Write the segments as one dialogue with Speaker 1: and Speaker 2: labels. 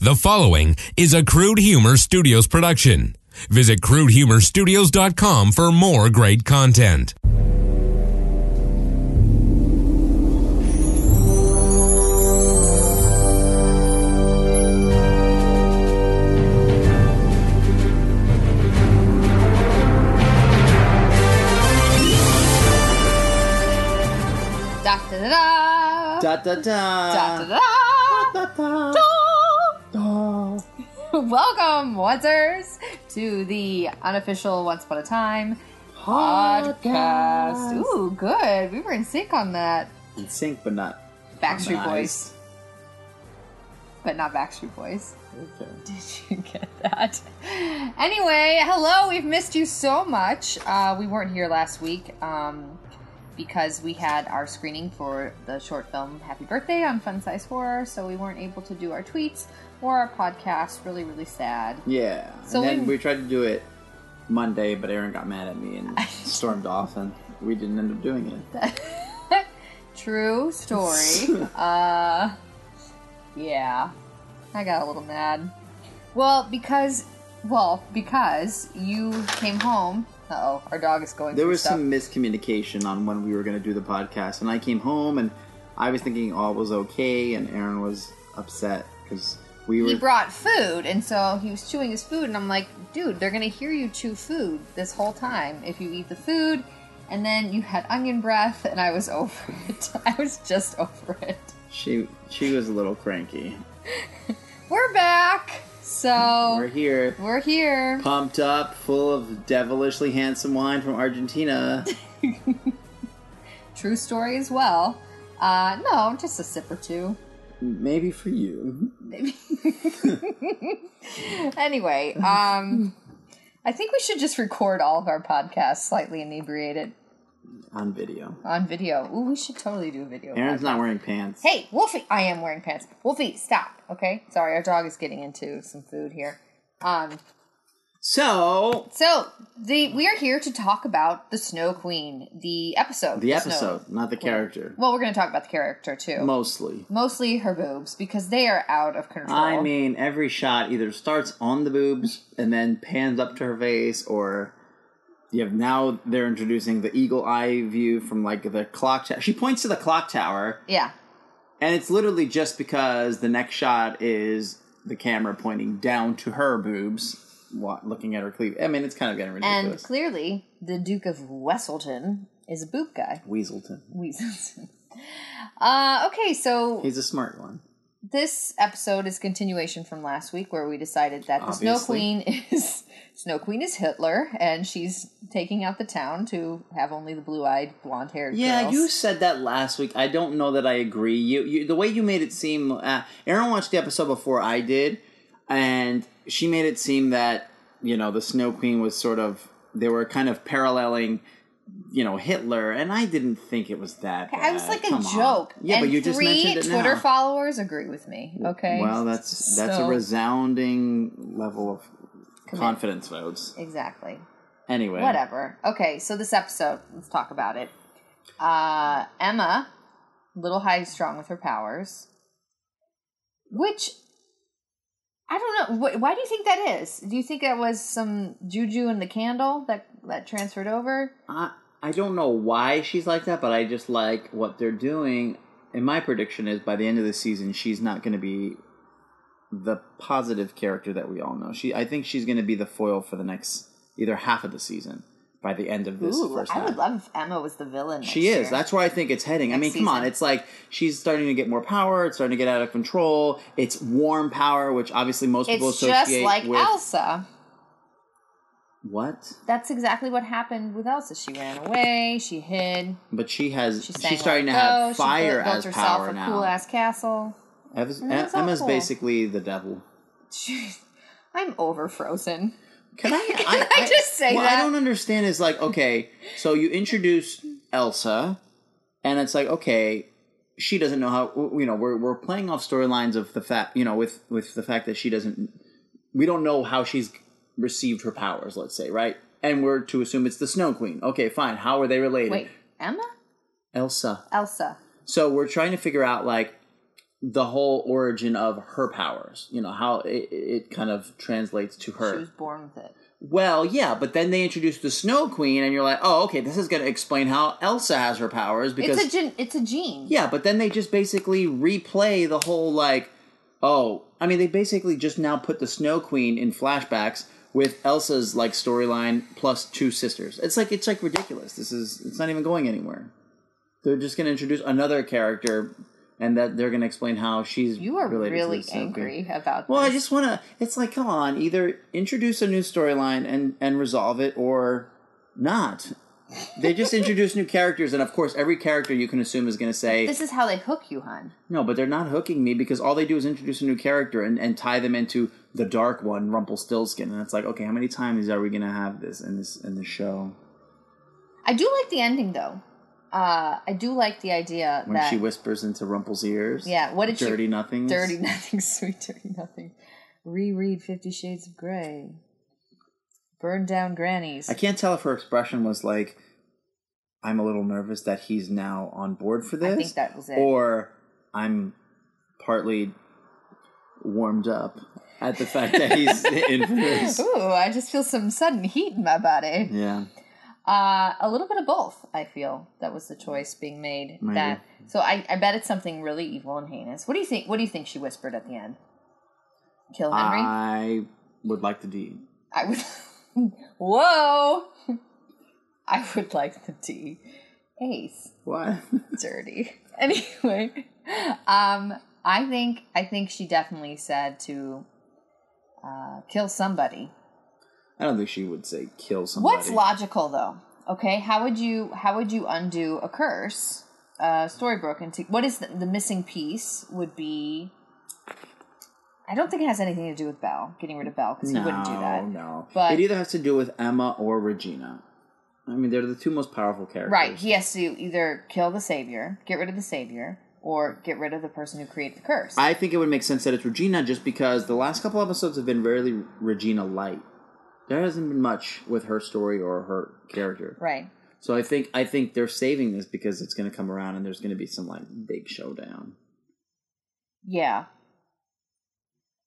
Speaker 1: The following is a Crude Humor Studios production. Visit crudehumorstudios.com for more great content.
Speaker 2: Da da da da
Speaker 3: Da da da.
Speaker 2: da da
Speaker 3: da, da. Da.
Speaker 2: Welcome, Onceers, to the unofficial Once Upon a Time
Speaker 3: Podcast.
Speaker 2: podcast. Ooh, good. We were in sync on that.
Speaker 3: In sync, but not.
Speaker 2: Backstreet Boys,
Speaker 3: harmonized.
Speaker 2: but not Backstreet Boys.
Speaker 3: Okay.
Speaker 2: Did you get that? Anyway, hello. We've missed you so much. Uh, we weren't here last week um, because we had our screening for the short film Happy Birthday on Fun Size Horror, so we weren't able to do our tweets or our podcast. Really, really sad.
Speaker 3: Yeah.
Speaker 2: So
Speaker 3: and then
Speaker 2: we-
Speaker 3: we tried to do it Monday, but Aaron got mad at me and stormed off, and we didn't end up doing it.
Speaker 2: True story. uh, yeah, I got a little mad. Well, because, well, because you came home. Uh oh, our dog is going.
Speaker 3: There
Speaker 2: through
Speaker 3: was
Speaker 2: stuff.
Speaker 3: some miscommunication on when we were going to do the podcast, and I came home and I was thinking all was okay, and Aaron was upset because we were.
Speaker 2: he brought food and so he was chewing his food and i'm like dude they're gonna hear you chew food this whole time if you eat the food and then you had onion breath and i was over it i was just over it
Speaker 3: she she was a little cranky.
Speaker 2: we're back so
Speaker 3: We're
Speaker 2: we're,
Speaker 3: here.
Speaker 2: here
Speaker 3: Pumped up, full of devilishly handsome wine from Argentina.
Speaker 2: true story as well uh no just a sip or two
Speaker 3: Maybe for you.
Speaker 2: anyway um i think we should just record all of our podcasts slightly inebriated
Speaker 3: on video.
Speaker 2: on video Ooh, we should totally do a video
Speaker 3: Aaron's not wearing pants.
Speaker 2: Hey, Wolfie! I am wearing pants. Wolfie, stop. Okay, sorry, our dog is getting into some food here. Um,
Speaker 3: So
Speaker 2: so the we are here to talk about the Snow Queen, the episode.
Speaker 3: the
Speaker 2: Snow-
Speaker 3: episode, not the character.
Speaker 2: Well, we're going to talk about the character too.
Speaker 3: Mostly.
Speaker 2: Mostly her boobs because they are out of control.
Speaker 3: I mean, every shot either starts on the boobs and then pans up to her face, or you have now they're introducing the eagle eye view from like the clock tower. She points to the clock tower,
Speaker 2: yeah,
Speaker 3: and it's literally just because the next shot is the camera pointing down to her boobs, wa- looking at her cleavage. I mean, it's kind of getting
Speaker 2: and
Speaker 3: ridiculous.
Speaker 2: clearly the Duke of Wesselton is a boob guy.
Speaker 3: Weaselton.
Speaker 2: Weaselton. Uh, okay, so
Speaker 3: He's a smart one.
Speaker 2: this episode is continuation from last week where we decided that the snow
Speaker 3: Obviously.
Speaker 2: queen is snow queen is hitler and she's taking out the town to have only the blue-eyed blonde-haired
Speaker 3: Yeah,
Speaker 2: girls.
Speaker 3: you said that last week. I don't know that I agree. You, you the way you made it seem. Uh, Aaron watched the episode before I did, and she made it seem that you know the Snow Queen was sort of they were kind of paralleling, you know, Hitler, and I didn't think it was that.
Speaker 2: I was
Speaker 3: bad.
Speaker 2: like a
Speaker 3: Come on.
Speaker 2: joke
Speaker 3: Yeah,
Speaker 2: and
Speaker 3: but you just
Speaker 2: three
Speaker 3: mentioned it
Speaker 2: twitter
Speaker 3: now.
Speaker 2: followers agree with me okay
Speaker 3: Well, that's that's
Speaker 2: So-
Speaker 3: a resounding level of confidence votes.
Speaker 2: exactly
Speaker 3: Anyway,
Speaker 2: whatever okay so this episode let's talk about it uh emma little high strong with her powers which i don't know wh- why do you think that is do you think that was some juju in the candle that that transferred over
Speaker 3: I I don't know why she's like that, but I just like what they're doing. And my prediction is by the end of the season, she's not going to be the positive character that we all know. She, I think she's going to be the foil for the next either half of the season. By the end of this
Speaker 2: ooh
Speaker 3: first,
Speaker 2: i would
Speaker 3: half.
Speaker 2: love if emma was the villain next
Speaker 3: She
Speaker 2: year.
Speaker 3: is. That's where I think it's heading. I mean,
Speaker 2: Next
Speaker 3: come on.
Speaker 2: season.
Speaker 3: It's like she's starting to get more power. It's starting to get out of control. It's warm power, which obviously most people
Speaker 2: it's
Speaker 3: associate
Speaker 2: just like
Speaker 3: with
Speaker 2: elsa
Speaker 3: what.
Speaker 2: that's exactly what happened with elsa she ran away she hid
Speaker 3: But she has.
Speaker 2: she sang
Speaker 3: she's starting to
Speaker 2: Let It Go,
Speaker 3: have
Speaker 2: "Oh, she
Speaker 3: fire
Speaker 2: built, built
Speaker 3: as
Speaker 2: herself
Speaker 3: power
Speaker 2: a
Speaker 3: now.
Speaker 2: cool ass castle
Speaker 3: Emma's,
Speaker 2: that's
Speaker 3: Emma's
Speaker 2: awful.
Speaker 3: basically the devil.
Speaker 2: Jeez, I'm over Frozen.
Speaker 3: Can I?
Speaker 2: Can I just say
Speaker 3: what
Speaker 2: that?
Speaker 3: I don't understand is like, okay, so you introduce Elsa, and it's like, okay, she doesn't know how. You know, we're we're playing off storylines of the fact, you know, with with the fact that she doesn't. We don't know how she's received her powers. Let's say, right? And we're to assume it's the Snow Queen. Okay, fine. How are they related?
Speaker 2: Wait, Emma?
Speaker 3: Elsa.
Speaker 2: Elsa.
Speaker 3: So we're trying to figure out like the whole origin of her powers. You know how it, it kind of translates to her.
Speaker 2: She was born with it.
Speaker 3: Well, yeah, but then they introduced the Snow Queen, and you're like, oh, okay, this is going to explain how Elsa has her powers because
Speaker 2: it's a gen- it's a gene.
Speaker 3: yeah, but then they just basically replay the whole like, oh, I mean, they basically just now put the Snow Queen in flashbacks with Elsa's like storyline plus two sisters. It's like it's like ridiculous. This is it's not even going anywhere. They're just going to introduce another character, and that they're going to explain how she's
Speaker 2: You are
Speaker 3: related to the
Speaker 2: really
Speaker 3: Snow Queen.
Speaker 2: angry about
Speaker 3: Well, I
Speaker 2: this.
Speaker 3: just want to. It's like, come on, either introduce a new storyline and and resolve it, or not. They just introduce new characters, and of course, every character you can assume is going to say
Speaker 2: This is how they hook you, hon.
Speaker 3: no, but they're not hooking me because all they do is introduce a new character and, and tie them into the dark one, Rumpelstiltskin, and it's like, okay, how many times are we going to have this in this in the show
Speaker 2: I do like the ending though. Uh, I do like the idea
Speaker 3: when
Speaker 2: that
Speaker 3: she whispers into Rumpel's ears?
Speaker 2: yeah. What did
Speaker 3: dirty
Speaker 2: she?
Speaker 3: nothing.
Speaker 2: Dirty nothing, sweet dirty nothing. Reread Fifty Shades of Grey. Burn down grannies.
Speaker 3: I can't tell if her expression was like, I'm a little nervous that he's now on board for this.
Speaker 2: I think that was it.
Speaker 3: Or I'm partly warmed up at the fact that he's in for this.
Speaker 2: Ooh, I just feel some sudden heat in my body.
Speaker 3: Yeah.
Speaker 2: Uh, a little bit of both, I feel that was the choice being made.
Speaker 3: Maybe.
Speaker 2: That so I, I bet it's something really evil and heinous. What do you think? What do you think she whispered at the end? Kill Henry.
Speaker 3: I would like the D.
Speaker 2: I would. Whoa! I would like the D. Ace,
Speaker 3: What?
Speaker 2: dirty. Anyway, um, I think I think she definitely said to uh, kill somebody.
Speaker 3: I don't think she would say kill somebody.
Speaker 2: What's logical though? Okay, how would you how would you undo a curse? Uh, story broken. To, what is the, the missing piece? Would be. I don't think it has anything to do with Belle getting rid of Belle because
Speaker 3: No,
Speaker 2: he wouldn't do that.
Speaker 3: no.
Speaker 2: But-
Speaker 3: it either has to do with Emma or Regina. I mean, they're the two most powerful characters.
Speaker 2: Right. He has to either kill the savior, get rid of the savior, or get rid of the person who created the curse.
Speaker 3: I think it would make sense that it's Regina just because the last couple episodes have been rarely Regina light. There hasn't been much with her story or her character.
Speaker 2: right.
Speaker 3: So I think I think they're saving this because it's going to come around and there's going to be some like big showdown.
Speaker 2: Yeah.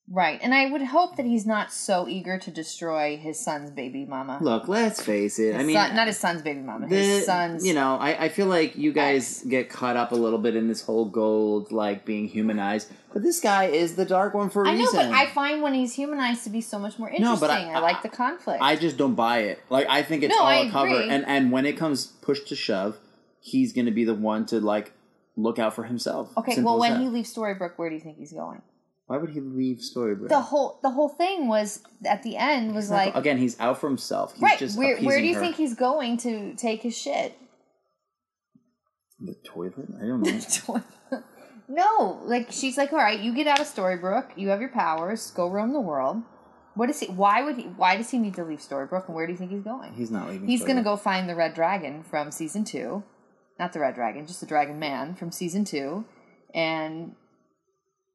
Speaker 2: Right. And I would hope that he's not so eager to destroy his son's baby mama.
Speaker 3: Look, let's face it.
Speaker 2: his
Speaker 3: I mean,
Speaker 2: son, not his son's baby mama.
Speaker 3: the,
Speaker 2: his son's.
Speaker 3: you know, I, I feel like you guys
Speaker 2: ex.
Speaker 3: get caught up a little bit in this whole gold like being humanized, but this guy is the dark one for a
Speaker 2: I know,
Speaker 3: reason.
Speaker 2: but I find when he's humanized to be so much more interesting.
Speaker 3: No, but I-
Speaker 2: I, like the conflict.
Speaker 3: I just don't buy it. Like I think it's
Speaker 2: No,
Speaker 3: all
Speaker 2: I
Speaker 3: a cover.
Speaker 2: agree.
Speaker 3: And and when it comes push to shove, he's gonna be the one to like look out for himself.
Speaker 2: okay,
Speaker 3: Simple
Speaker 2: well,
Speaker 3: as
Speaker 2: when
Speaker 3: that.
Speaker 2: he leaves Storybrooke, where do you think he's going?
Speaker 3: why would he leave Storybrooke?
Speaker 2: The whole the whole thing was at the end was like
Speaker 3: again, he's out for himself. He's
Speaker 2: right.
Speaker 3: just
Speaker 2: Where where do
Speaker 3: appeasing
Speaker 2: you
Speaker 3: her.
Speaker 2: think he's going to take his shit?
Speaker 3: the toilet? I don't know.
Speaker 2: no, like she's like, all right, you get out of Storybrooke, you have your powers, go roam the world. What is he? Why would he? Why does he need to leave Storybrooke? And where do you think he's going?
Speaker 3: he's not leaving.
Speaker 2: He's going to
Speaker 3: Storybrooke.
Speaker 2: go find the Red Dragon from season two. Not the Red Dragon, just the Dragon Man from season two. And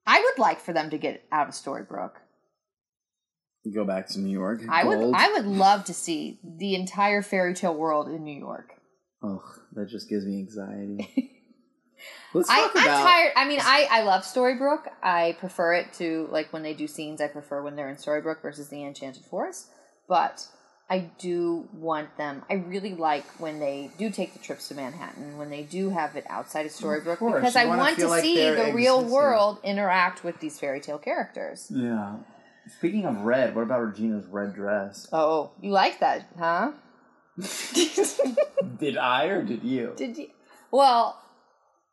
Speaker 2: I would like for them to get out of Storybrooke.
Speaker 3: go back to New York.
Speaker 2: I would
Speaker 3: Gold.
Speaker 2: I would love to see the entire fairy tale world in New York.
Speaker 3: Ugh, that just gives me anxiety. Let's
Speaker 2: I,
Speaker 3: talk
Speaker 2: I'm
Speaker 3: about.
Speaker 2: tired. I mean, I, I love Storybrooke. I prefer it to, like, when they do scenes, I prefer when they're in Storybrooke versus the Enchanted Forest. But I do want them. I really like when they do take the trips to Manhattan, when they do have it outside of Storybrooke,
Speaker 3: course,
Speaker 2: because
Speaker 3: you
Speaker 2: I
Speaker 3: wanna
Speaker 2: want to
Speaker 3: feel like
Speaker 2: see the
Speaker 3: they're
Speaker 2: real
Speaker 3: existing.
Speaker 2: world interact with these fairy tale characters.
Speaker 3: Yeah. Speaking of red, what about Regina's red dress?
Speaker 2: Oh, you like that, huh?
Speaker 3: Did I or did you?
Speaker 2: did you? Well,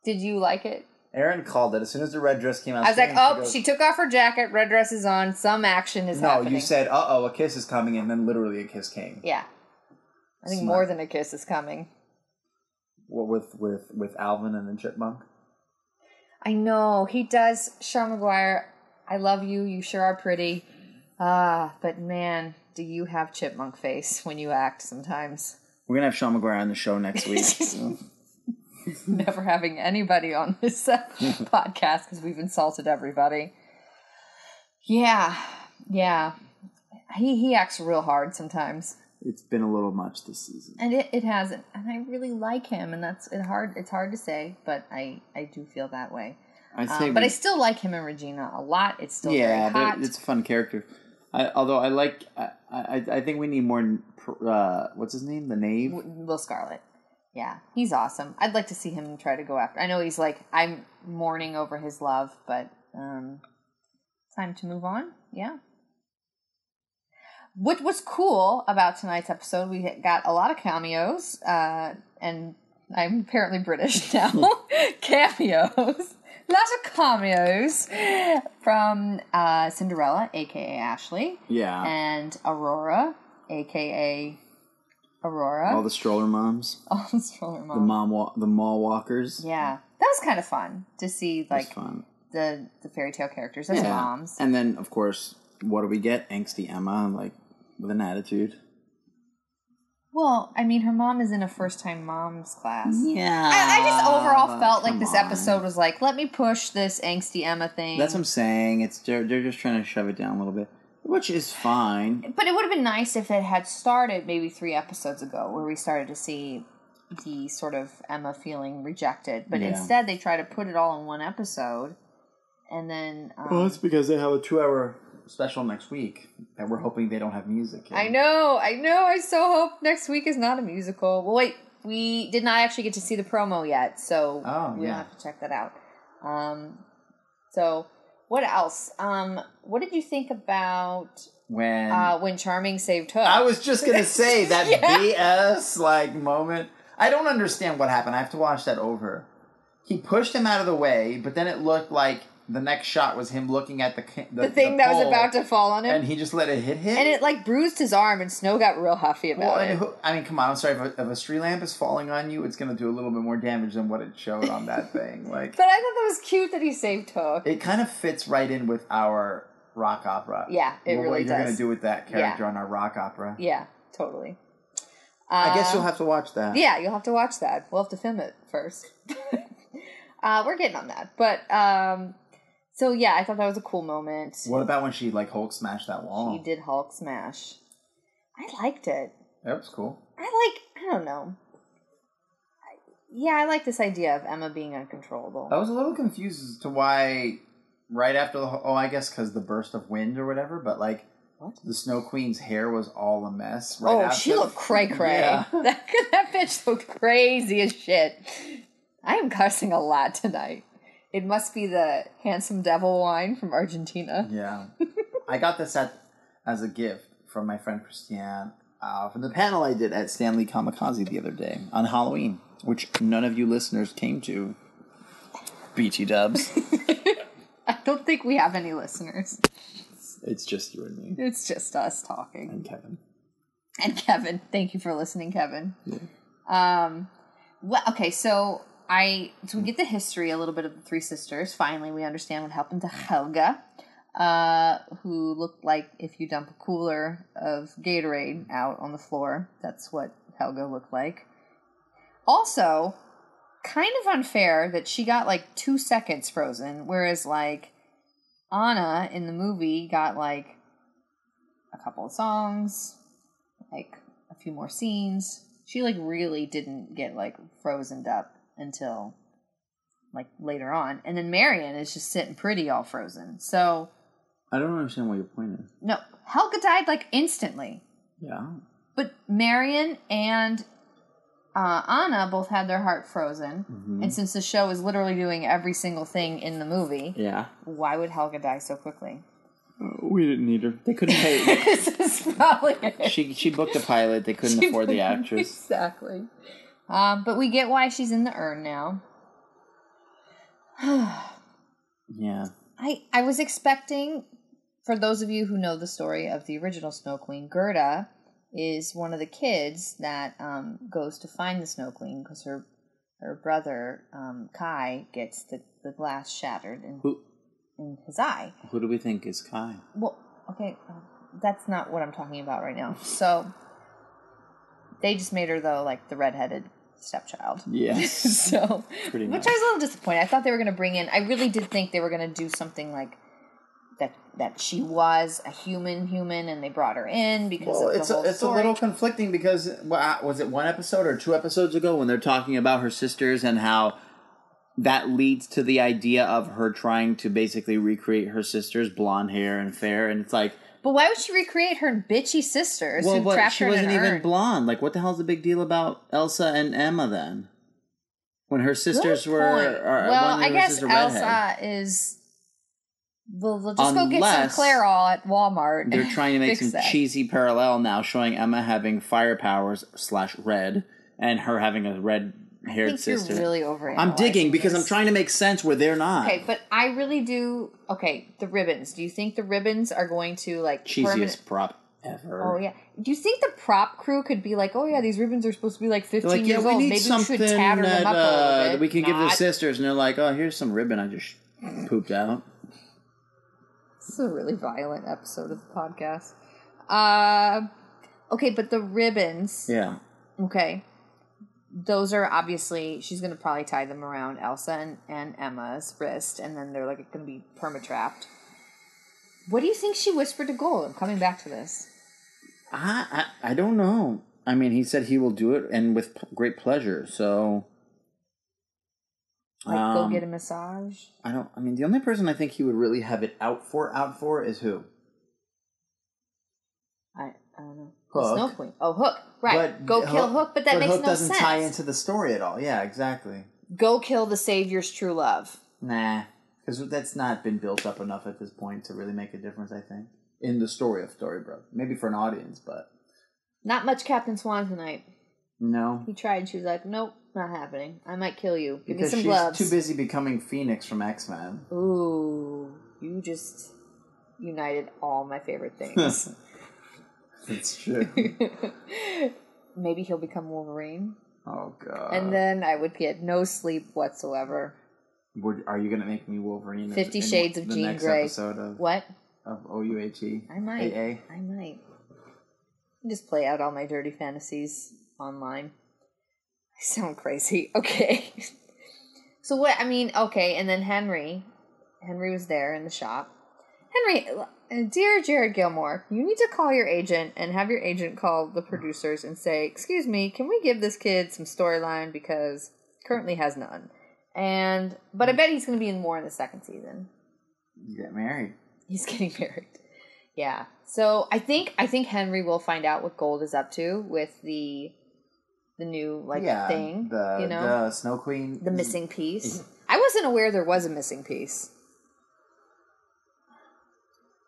Speaker 2: did you like it?
Speaker 3: Aaron called it as soon as the red dress came out.
Speaker 2: I was like,
Speaker 3: screaming,
Speaker 2: oh,
Speaker 3: goes,
Speaker 2: she took off her jacket, red dress is on, some action is
Speaker 3: No,
Speaker 2: happening.
Speaker 3: you said, "Uh oh, a kiss is coming," and then literally a kiss came.
Speaker 2: Yeah. I think
Speaker 3: Smart.
Speaker 2: more than a kiss is coming.
Speaker 3: What with with with Alvin and the chipmunk?
Speaker 2: I know. He does. Sean McGuire, I love you. You sure are pretty. Ah, but man, do you have chipmunk face when you act sometimes.
Speaker 3: We're gonna have Sean McGuire on the show next week. so.
Speaker 2: Never having anybody on this uh, podcast because we've insulted everybody. Yeah. Yeah. He, he acts real hard sometimes.
Speaker 3: It's been a little much this season.
Speaker 2: and it, it hasn't and i really like him and that's it hard it's hard to say but i i do feel that way
Speaker 3: I
Speaker 2: Um,
Speaker 3: say,
Speaker 2: but
Speaker 3: we-
Speaker 2: I still like him and Regina a lot. It's still
Speaker 3: yeah,
Speaker 2: very
Speaker 3: they're-
Speaker 2: hot.
Speaker 3: it's a fun character. I, although I like, I, I, I think we need more. Uh, what's his name? The knave.
Speaker 2: W- Will Scarlet. Yeah, he's awesome. I'd like to see him try to go after. I know he's like I'm mourning over his love, but um, time to move on. Yeah. What was cool about tonight's episode? We got a lot of cameos, uh, and I'm apparently British now. cameos, lots of cameos from uh, Cinderella, aka Ashley,
Speaker 3: Yeah.
Speaker 2: and Aurora, aka Aurora.
Speaker 3: All the stroller moms,
Speaker 2: All the stroller mom.
Speaker 3: the mom, wa- the mall walkers.
Speaker 2: Um, Yeah, that was kind of fun to see
Speaker 3: That's
Speaker 2: like
Speaker 3: fun.
Speaker 2: the the fairy tale characters as
Speaker 3: Yeah.
Speaker 2: moms.
Speaker 3: And then, of course, what do we get? Angsty Emma, like with an attitude.
Speaker 2: well, I mean, her mom is in a first time mom's class.
Speaker 3: Yeah.
Speaker 2: I, I just overall felt like this episode was like, let me push this angsty Emma thing.
Speaker 3: That's what I'm saying. It's they're, they're just trying to shove it down a little bit, which is fine.
Speaker 2: but it would have been nice if it had started maybe three episodes ago, where we started to see the sort of Emma feeling rejected. But
Speaker 3: Yeah.
Speaker 2: instead, they try to put it all in one episode, and then um,
Speaker 3: because they have a two-hour special next week, and we're hoping they don't have music. in.
Speaker 2: I know, I know. I so hope next week is not a musical. Well, wait, we did not actually get to see the promo yet, so
Speaker 3: Oh,
Speaker 2: we'll
Speaker 3: yeah.
Speaker 2: have to check that out. Um, so what else? Um, what did you think about
Speaker 3: when
Speaker 2: uh, when Charming saved Hook?
Speaker 3: I was just gonna say that
Speaker 2: Yeah.
Speaker 3: BS like moment. I don't understand what happened. I have to watch that over. He pushed him out of the way, but then it looked like the next shot was him looking at the ca- the,
Speaker 2: the thing
Speaker 3: the
Speaker 2: that was
Speaker 3: pole,
Speaker 2: about to fall on him,
Speaker 3: and
Speaker 2: and,
Speaker 3: he just let it hit him.
Speaker 2: it like bruised his arm, and Snow got real huffy about
Speaker 3: Well,
Speaker 2: it.
Speaker 3: and who, I mean, come on. I'm sorry. If a, if a street lamp is falling on you, it's gonna do a little bit more damage than what it showed on that thing. Like
Speaker 2: But I thought that was cute that he saved Hook.
Speaker 3: it kind of fits right in with our rock opera.
Speaker 2: Yeah, it
Speaker 3: what,
Speaker 2: really
Speaker 3: you're
Speaker 2: does.
Speaker 3: gonna do with that character on our rock opera?
Speaker 2: yeah, totally.
Speaker 3: I guess
Speaker 2: Um,
Speaker 3: you'll have to watch that.
Speaker 2: Yeah, you'll have to watch that. We'll have to film it first. uh, we're getting on that, but um, so yeah, I thought that was a cool moment.
Speaker 3: What about when she like Hulk smashed that wall?
Speaker 2: He did Hulk smash. I liked it.
Speaker 3: That was cool.
Speaker 2: I like. I don't know. I- Yeah, I like this idea of Emma being uncontrollable.
Speaker 3: I was a little confused as to why right after the whole- oh, I guess because the burst of wind or whatever, but like
Speaker 2: What?
Speaker 3: the Snow Queen's hair was all a mess. Right
Speaker 2: Oh,
Speaker 3: after.
Speaker 2: she looked cray cray.
Speaker 3: Yeah.
Speaker 2: That, that bitch looked crazy as shit. I am cursing a lot tonight. It must be the handsome devil wine from Argentina.
Speaker 3: Yeah, I got this at as a gift from my friend Christiane uh, from the panel I did at Stanley Kamikaze the other day on Halloween, which none of you listeners came to. BT Dubs,
Speaker 2: I don't think we have any listeners.
Speaker 3: it's just you and me
Speaker 2: It's just us talking.
Speaker 3: and Kevin.
Speaker 2: And Kevin, thank you for listening, Kevin. Um, well, okay, so I so we get the history a little bit of the three sisters. Finally, we understand what happened to Helga, uh, who looked like if you dump a cooler of Gatorade out on the floor, that's what Helga looked like. Also, kind of unfair that she got like two seconds frozen, whereas like Anna in the movie got like a couple of songs, like a few more scenes. She like really didn't get like frozened up until like later on. And then Marion is just sitting pretty all frozen. So
Speaker 3: I don't understand what your point is.
Speaker 2: no, Helga died like instantly.
Speaker 3: Yeah.
Speaker 2: But Marion and uh, Anna both had their heart frozen.
Speaker 3: Mhm.
Speaker 2: And since the show is literally doing every single thing in the movie,
Speaker 3: Yeah.
Speaker 2: why would Helga die so quickly?
Speaker 3: Uh, We didn't need her. They couldn't pay.
Speaker 2: this is probably it.
Speaker 3: she she booked a pilot. They couldn't afford the actress.
Speaker 2: Exactly. Um, but we get why she's in the urn now.
Speaker 3: Yeah.
Speaker 2: I, I was expecting, for those of you who know the story of the original Snow Queen, Gerda is one of the kids that um, goes to find the Snow Queen because her her brother um, Kai gets the, the glass shattered in,
Speaker 3: Who
Speaker 2: in his eye.
Speaker 3: who do we think is Kai?
Speaker 2: Well, okay, uh, that's not what I'm talking about right now. So they just made her though like the redheaded stepchild.
Speaker 3: Yes.
Speaker 2: so
Speaker 3: Pretty
Speaker 2: which
Speaker 3: much.
Speaker 2: I was a little disappointed. I thought they were going to bring in. I really did think they were going to do something like that. That she was a human, human, and they brought her in because
Speaker 3: Well,
Speaker 2: of the
Speaker 3: it's
Speaker 2: whole
Speaker 3: a, it's a
Speaker 2: story.
Speaker 3: little conflicting uh, because well, I- was it one episode or two episodes ago when they're talking about her sisters and how that leads to the idea of her trying to basically recreate her sister's blonde hair and fair, and it's like,
Speaker 2: But why would she recreate her bitchy sisters
Speaker 3: well,
Speaker 2: who
Speaker 3: but
Speaker 2: trapped
Speaker 3: she
Speaker 2: her
Speaker 3: wasn't
Speaker 2: in an
Speaker 3: even
Speaker 2: urn?
Speaker 3: blonde. Like, what the hell's the big deal about Elsa and Emma then? When her
Speaker 2: Good
Speaker 3: sisters were,
Speaker 2: point.
Speaker 3: or, or
Speaker 2: well,
Speaker 3: one
Speaker 2: I
Speaker 3: was
Speaker 2: guess
Speaker 3: just a redhead.
Speaker 2: Elsa is. We'll, we'll just go get
Speaker 3: Unless
Speaker 2: some Clairol at Walmart.
Speaker 3: They're trying to make
Speaker 2: fix
Speaker 3: some
Speaker 2: that.
Speaker 3: cheesy parallel now, showing Emma having fire powers slash red, and her having a red
Speaker 2: I
Speaker 3: haired
Speaker 2: think you're
Speaker 3: sister.
Speaker 2: really over.
Speaker 3: I'm digging because I'm trying to make sense where they're not.
Speaker 2: Okay, but I really do. Okay, the ribbons. Do you think the ribbons are going to like
Speaker 3: Cheesiest
Speaker 2: permanent-
Speaker 3: prop ever.
Speaker 2: Oh yeah. Do you think the prop crew could be like, oh yeah, these ribbons are supposed to be like 15
Speaker 3: They're like, yeah,
Speaker 2: years
Speaker 3: we
Speaker 2: old.
Speaker 3: need
Speaker 2: Maybe we
Speaker 3: something
Speaker 2: should tatter
Speaker 3: that,
Speaker 2: them up a
Speaker 3: uh,
Speaker 2: little bit.
Speaker 3: that we can give the
Speaker 2: Not-
Speaker 3: sisters, and they're like, "Oh, here's some ribbon I just pooped out."
Speaker 2: This is a really violent episode of the podcast. Uh, okay, but the ribbons.
Speaker 3: Yeah,
Speaker 2: Okay. Those are obviously she's gonna probably tie them around Elsa and, and Emma's wrist, and then they're like gonna be perma trapped. What do you think she whispered to Gold? I'm coming back to this.
Speaker 3: I, I I don't know. I mean, he said he will do it, and with p- great pleasure. So,
Speaker 2: Like, go
Speaker 3: um,
Speaker 2: get a massage.
Speaker 3: I don't. I mean, the only person I think he would really have it out for, out for, is who.
Speaker 2: I, I don't know.
Speaker 3: Hook.
Speaker 2: Snow Queen. Oh, Hook. Right.
Speaker 3: But
Speaker 2: go kill Hook, but that makes
Speaker 3: Hook
Speaker 2: no
Speaker 3: doesn't
Speaker 2: sense.
Speaker 3: tie into the story at all. Yeah, exactly.
Speaker 2: Go kill the Savior's true love.
Speaker 3: Nah, because that's not been built up enough at this point to really make a difference. I think in the story of Storybrooke, maybe for an audience, but
Speaker 2: Not much Captain Swan tonight.
Speaker 3: no,
Speaker 2: He tried. She was like, nope, not happening. I might kill you. Give
Speaker 3: because
Speaker 2: me some
Speaker 3: she's
Speaker 2: gloves.
Speaker 3: too busy becoming Phoenix from X Men.
Speaker 2: Ooh, you just united all my favorite things.
Speaker 3: That's true.
Speaker 2: Maybe he'll become Wolverine.
Speaker 3: oh god.
Speaker 2: and then I would get no sleep whatsoever.
Speaker 3: Would, are you gonna make me Wolverine? in-
Speaker 2: Fifty
Speaker 3: in
Speaker 2: Shades of
Speaker 3: the
Speaker 2: Jean
Speaker 3: next
Speaker 2: Grey.
Speaker 3: Episode of,
Speaker 2: What?
Speaker 3: of OUAT.
Speaker 2: I might.
Speaker 3: AA.
Speaker 2: I might. Just play out all my dirty fantasies online. I sound crazy. Okay. so what? I mean, okay. And then Henry, Henry was there in the shop. Henry, uh, dear Jared Gilmore, you need to call your agent and have your agent call the producers and say, "Excuse me, can we give this kid some storyline because currently has none." And but I bet he's going to be in more in the second season.
Speaker 3: You get married.
Speaker 2: He's getting married. Yeah. So I think I think Henry will find out what Gold is up to with the the new like
Speaker 3: yeah,
Speaker 2: thing.
Speaker 3: The,
Speaker 2: you know
Speaker 3: the Snow Queen.
Speaker 2: the, missing piece.
Speaker 3: Mm-hmm.
Speaker 2: I wasn't aware there was a missing piece.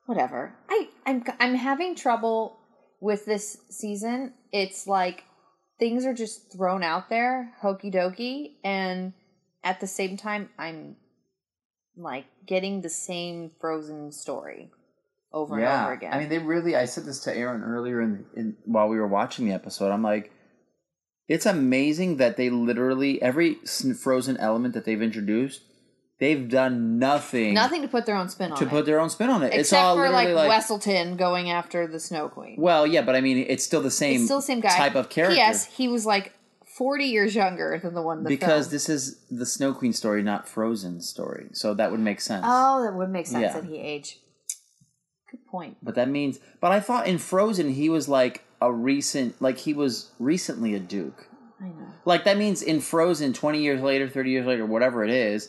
Speaker 2: Whatever. I I'm I'm having trouble with this season. It's like things are just thrown out there, hokey dokey, and at the same time I'm like getting the same frozen story over and
Speaker 3: yeah.
Speaker 2: over again.
Speaker 3: I mean, they really. I said this to Aaron earlier in, in while we were watching the episode. I'm like, it's amazing that they literally every sn- frozen element that they've introduced, they've done nothing,
Speaker 2: nothing to put their own spin on
Speaker 3: to
Speaker 2: it.
Speaker 3: put their own spin on it. it's
Speaker 2: Except
Speaker 3: all
Speaker 2: for like,
Speaker 3: literally like,
Speaker 2: Wesselton going after the Snow Queen.
Speaker 3: well, yeah, but I mean, it's still the same,
Speaker 2: It's still the same guy.
Speaker 3: type of character.
Speaker 2: Yes, he was like forty years younger than the one that
Speaker 3: because
Speaker 2: filmed.
Speaker 3: this is the Snow Queen story, not Frozen story. So that would make sense.
Speaker 2: oh, that would make sense
Speaker 3: Yeah.
Speaker 2: that he aged. Good point.
Speaker 3: But that means. But I thought in Frozen he was like a recent, like he was recently a duke.
Speaker 2: I know.
Speaker 3: Like that means in Frozen, twenty years later, thirty years later, whatever it is,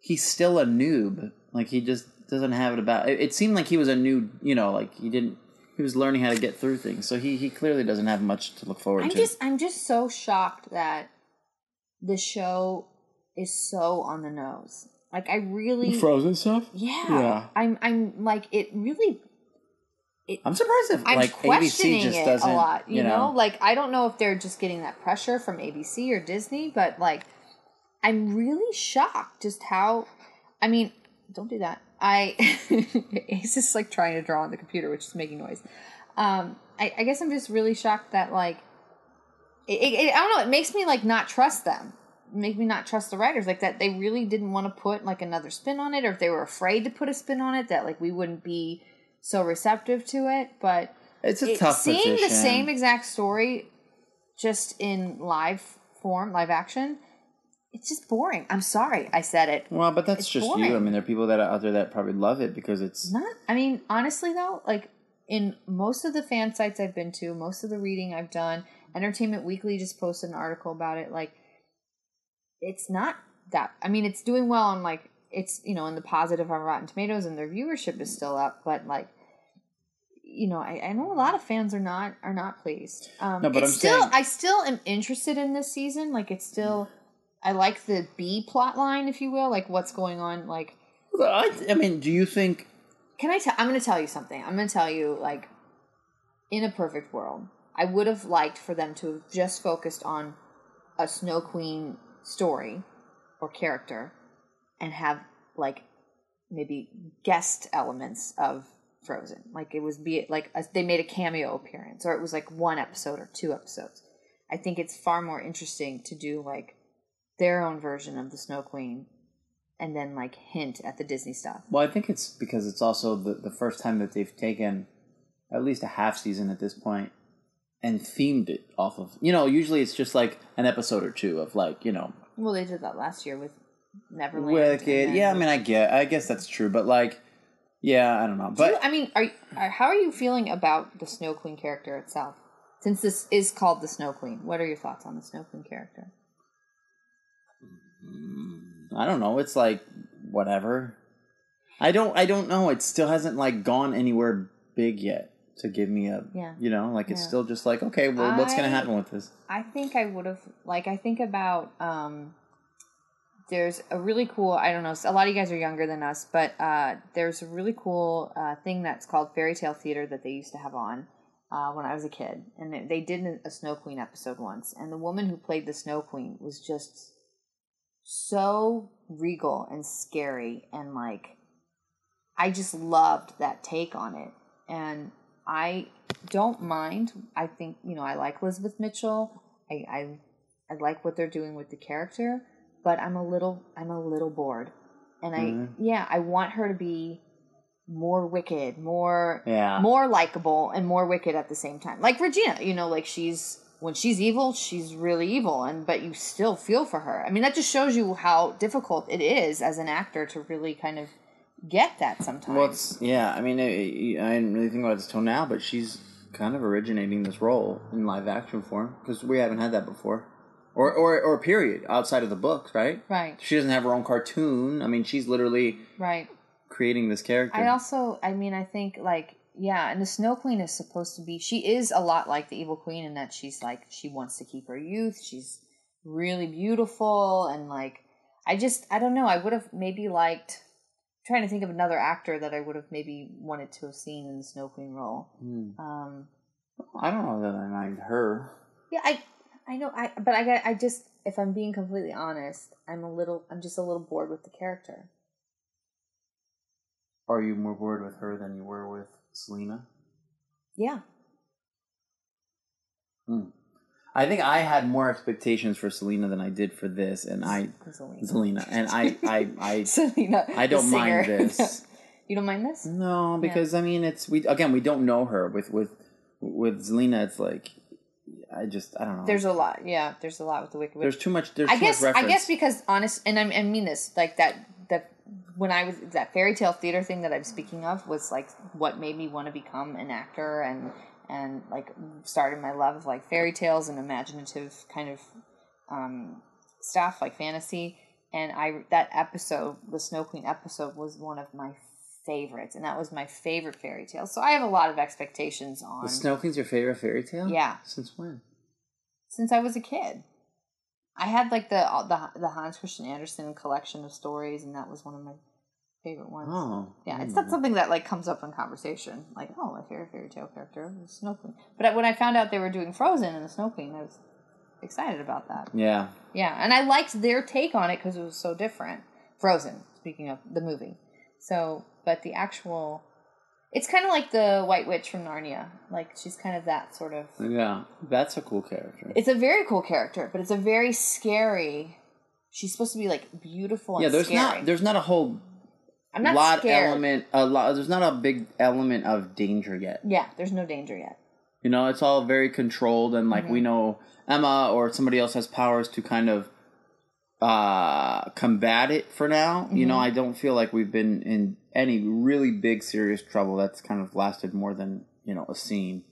Speaker 3: he's still a noob. Like he just doesn't have it about. It, it seemed like he was a new, you know, like he didn't. He was learning how to get through things, so he he clearly doesn't have much to look forward
Speaker 2: I'm
Speaker 3: to.
Speaker 2: just I'm just so shocked that the show is so on the nose. Like I really
Speaker 3: Frozen stuff.
Speaker 2: yeah,
Speaker 3: Yeah.
Speaker 2: I'm I'm like it really it
Speaker 3: I'm surprised if
Speaker 2: I'm
Speaker 3: like ABC
Speaker 2: questioning
Speaker 3: just
Speaker 2: it
Speaker 3: doesn't.
Speaker 2: a lot, you, know?
Speaker 3: know
Speaker 2: Like I don't know if they're just getting that pressure from ABC or Disney, but like I'm really shocked just how I mean, don't do that. I Ace is like trying to draw on the computer, which is making noise. Um, I, I guess I'm just really shocked that like it, it, it- I don't know. It makes me like not trust them. Make me not trust the writers like that. They really didn't want to put like another spin on it, or if they were afraid to put a spin on it, that like we wouldn't be so receptive to it. But
Speaker 3: it's a
Speaker 2: it-
Speaker 3: tough
Speaker 2: seeing
Speaker 3: position.
Speaker 2: the same exact story just in live form, live action, it's just boring. I'm sorry, I said it.
Speaker 3: Well, but that's
Speaker 2: It's
Speaker 3: just you. I
Speaker 2: boring.
Speaker 3: mean, there are people that are out there that probably love it because it's
Speaker 2: Not. I mean, honestly though, like in most of the fan sites I've been to, most of the reading I've done, Entertainment Weekly just posted an article about it. Like, it's not that. I mean, it's doing well on like it's you know in the positive on Rotten Tomatoes, and their viewership is still up. But like, you know, I, I know a lot of fans are not are not pleased. Um,
Speaker 3: No, but
Speaker 2: it's
Speaker 3: I'm
Speaker 2: still
Speaker 3: saying-
Speaker 2: I still am interested in this season. Like, it's still
Speaker 3: Mm.
Speaker 2: I like the B plot line, if you will, like what's going on. Like,
Speaker 3: I, I mean, do you think?
Speaker 2: can I tell? I'm going to tell you something. I'm going to tell you, like, in a perfect world, I would have liked for them to have just focused on a Snow Queen story or character and have, like, maybe guest elements of Frozen. Like, it was be like a, they made a cameo appearance or it was like one episode or two episodes. I think it's far more interesting to do, like, their own version of the Snow Queen and then, like, hint at the Disney stuff.
Speaker 3: Well, I think it's because it's also the, the first time that they've taken at least a half season at this point and themed it off of. You know, usually it's just like an episode or two of like you know
Speaker 2: Well, they did that last year with Neverland.
Speaker 3: Wicked.
Speaker 2: and
Speaker 3: Yeah, I
Speaker 2: then-
Speaker 3: mean, I get. I guess that's true, but like, yeah, I don't know.
Speaker 2: Do you-
Speaker 3: But
Speaker 2: I mean, are, you- are how are you feeling about the Snow Queen character itself? Since this is called the Snow Queen, what are your thoughts on the Snow Queen character?
Speaker 3: I don't know. It's like whatever. I don't. I don't know. It still hasn't like gone anywhere big yet to give me a.
Speaker 2: Yeah.
Speaker 3: You know, like it's
Speaker 2: Yeah.
Speaker 3: still just like okay. Well, what's gonna
Speaker 2: I-
Speaker 3: happen with this?
Speaker 2: I think I would have like I think about um there's a really cool I don't know a lot of you guys are younger than us but uh there's a really cool uh thing that's called fairy tale theater that they used to have on uh when I was a kid and they- they did a snow queen episode once and the woman who played the snow queen was just so regal and scary and like I just loved that take on it and I don't mind. I think you know I like Elizabeth Mitchell. I, I I like what they're doing with the character, but I'm a little I'm a little bored, and I
Speaker 3: Mhm.
Speaker 2: yeah I want her to be more wicked, more
Speaker 3: Yeah.
Speaker 2: more likable, and more wicked at the same time. Like Regina, you know, like she's when she's evil, she's really evil, and but you still feel for her. I mean, that just shows you how difficult it is as an actor to really kind of get that sometimes.
Speaker 3: Well, it's yeah. I mean, I, I didn't really think about this till now, but she's kind of originating this role in live action form because we haven't had that before, or or or period outside of the books, right?
Speaker 2: right,
Speaker 3: She doesn't have her own cartoon. I mean, she's literally
Speaker 2: right.
Speaker 3: creating this character.
Speaker 2: I also, I mean, I think like yeah, and the Snow Queen is supposed to be. She is a lot like the Evil Queen in that she's like she wants to keep her youth. She's really beautiful and like I just I don't know. I would have maybe liked. I'm trying to think of another actor that I would have maybe wanted to have seen in the Snow Queen role.
Speaker 3: Hmm.
Speaker 2: Um,
Speaker 3: I don't know that I mind her.
Speaker 2: yeah, I I know I but I got I just if I'm being completely honest, I'm a little I'm just a little bored with the character.
Speaker 3: Are you more bored with her than you were with Selena?
Speaker 2: Yeah.
Speaker 3: I think I had more expectations for Selena than I did for this, and I
Speaker 2: Selena.
Speaker 3: Selena, and I I I,
Speaker 2: Selena.
Speaker 3: I
Speaker 2: the
Speaker 3: don't mind
Speaker 2: singer.
Speaker 3: this.
Speaker 2: You don't mind this?
Speaker 3: No, because I mean, it's we again we don't know her with with with Selena. It's like I just I don't know.
Speaker 2: There's a lot. Yeah, there's a lot with the Wicked Witch.
Speaker 3: there's too much. There's
Speaker 2: I
Speaker 3: too
Speaker 2: guess
Speaker 3: much
Speaker 2: I
Speaker 3: reference.
Speaker 2: guess because honest, and I, I mean this like that that when I was that fairy tale theater thing that I'm speaking of was like what made me want to become an actor and and like started my love of like fairy tales and imaginative kind of um, stuff like fantasy. And I that episode, the Snow Queen episode, was one of my favorites, and that was my favorite fairy tale. So I have a lot of expectations on
Speaker 3: the Snow Queen's your favorite fairy tale.
Speaker 2: Yeah.
Speaker 3: Since when?
Speaker 2: since I was a kid. I had like the all- the the Hans Christian Andersen collection of stories, and that was one of my favorite ones.
Speaker 3: Oh.
Speaker 2: Yeah,
Speaker 3: I
Speaker 2: it's
Speaker 3: don't
Speaker 2: not
Speaker 3: know.
Speaker 2: something that like comes up in conversation. Like, oh, my favorite fairy tale character is Snow Queen. But I- when I found out they were doing Frozen and the Snow Queen, I was excited about that.
Speaker 3: Yeah.
Speaker 2: Yeah, and I liked their take on it because it was so different. Frozen, speaking of the movie. So, but the actual, it's kind of like the White Witch from Narnia. Like she's kind of that sort of
Speaker 3: Yeah. That's a cool character.
Speaker 2: it's a very cool character, but it's a very scary. She's supposed to be like beautiful and
Speaker 3: yeah. There's
Speaker 2: scary.
Speaker 3: not. There's not a whole
Speaker 2: I'm not
Speaker 3: lot
Speaker 2: scared.
Speaker 3: element. A lot. There's not a big element of danger yet.
Speaker 2: Yeah, there's no danger yet.
Speaker 3: You know, it's all very controlled, and like we know Emma or somebody else has powers to kind of uh, combat it for now. You know, I don't feel like we've been in any really big serious trouble that's kind of lasted more than you know a scene.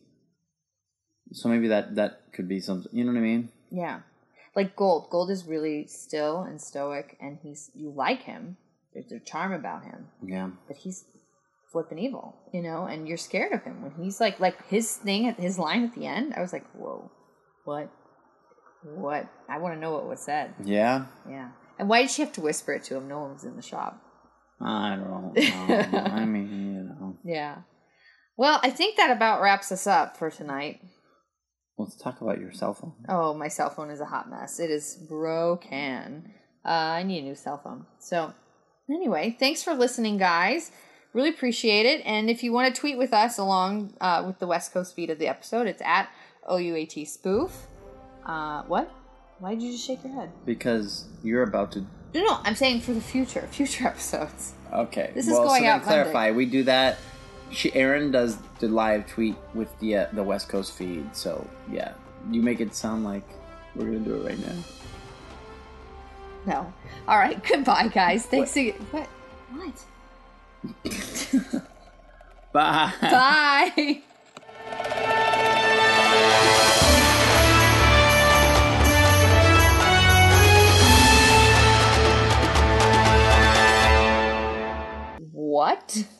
Speaker 3: So maybe that that could be something. You know what I mean?
Speaker 2: Yeah, like Gold. Gold is really still and stoic, and he's you like him. There's a charm about him,
Speaker 3: Yeah.
Speaker 2: but he's flipping evil, you know. And you're scared of him when he's like like his thing, at his line at the end. I was like, whoa, what, what? I want to know what was said.
Speaker 3: Yeah.
Speaker 2: Yeah. And why did she have to whisper it to him? No one was in the shop.
Speaker 3: I don't know. I mean, you know.
Speaker 2: Yeah. Well, I think that about wraps us up for tonight.
Speaker 3: Let's talk about your cell phone.
Speaker 2: Oh, my cell phone is a hot mess. It is broken. Uh, I need a new cell phone. So, anyway, thanks for listening, guys. Really appreciate it. And if you want to tweet with us along uh, with the West Coast feed of the episode, it's at OUAT Spoof. Uh, what? Why did you just shake your head?
Speaker 3: Because you're about to.
Speaker 2: No, no, I'm saying for the future, future episodes.
Speaker 3: Okay.
Speaker 2: This is
Speaker 3: well,
Speaker 2: going
Speaker 3: so
Speaker 2: out
Speaker 3: then
Speaker 2: Monday.
Speaker 3: clarify. We do that. She, Aaron does the live tweet with the uh, the West Coast feed. So yeah, you make it sound like we're gonna do it right now.
Speaker 2: No. All right. Goodbye, guys. Thanks again. What? What?
Speaker 3: Bye.
Speaker 2: Bye. what?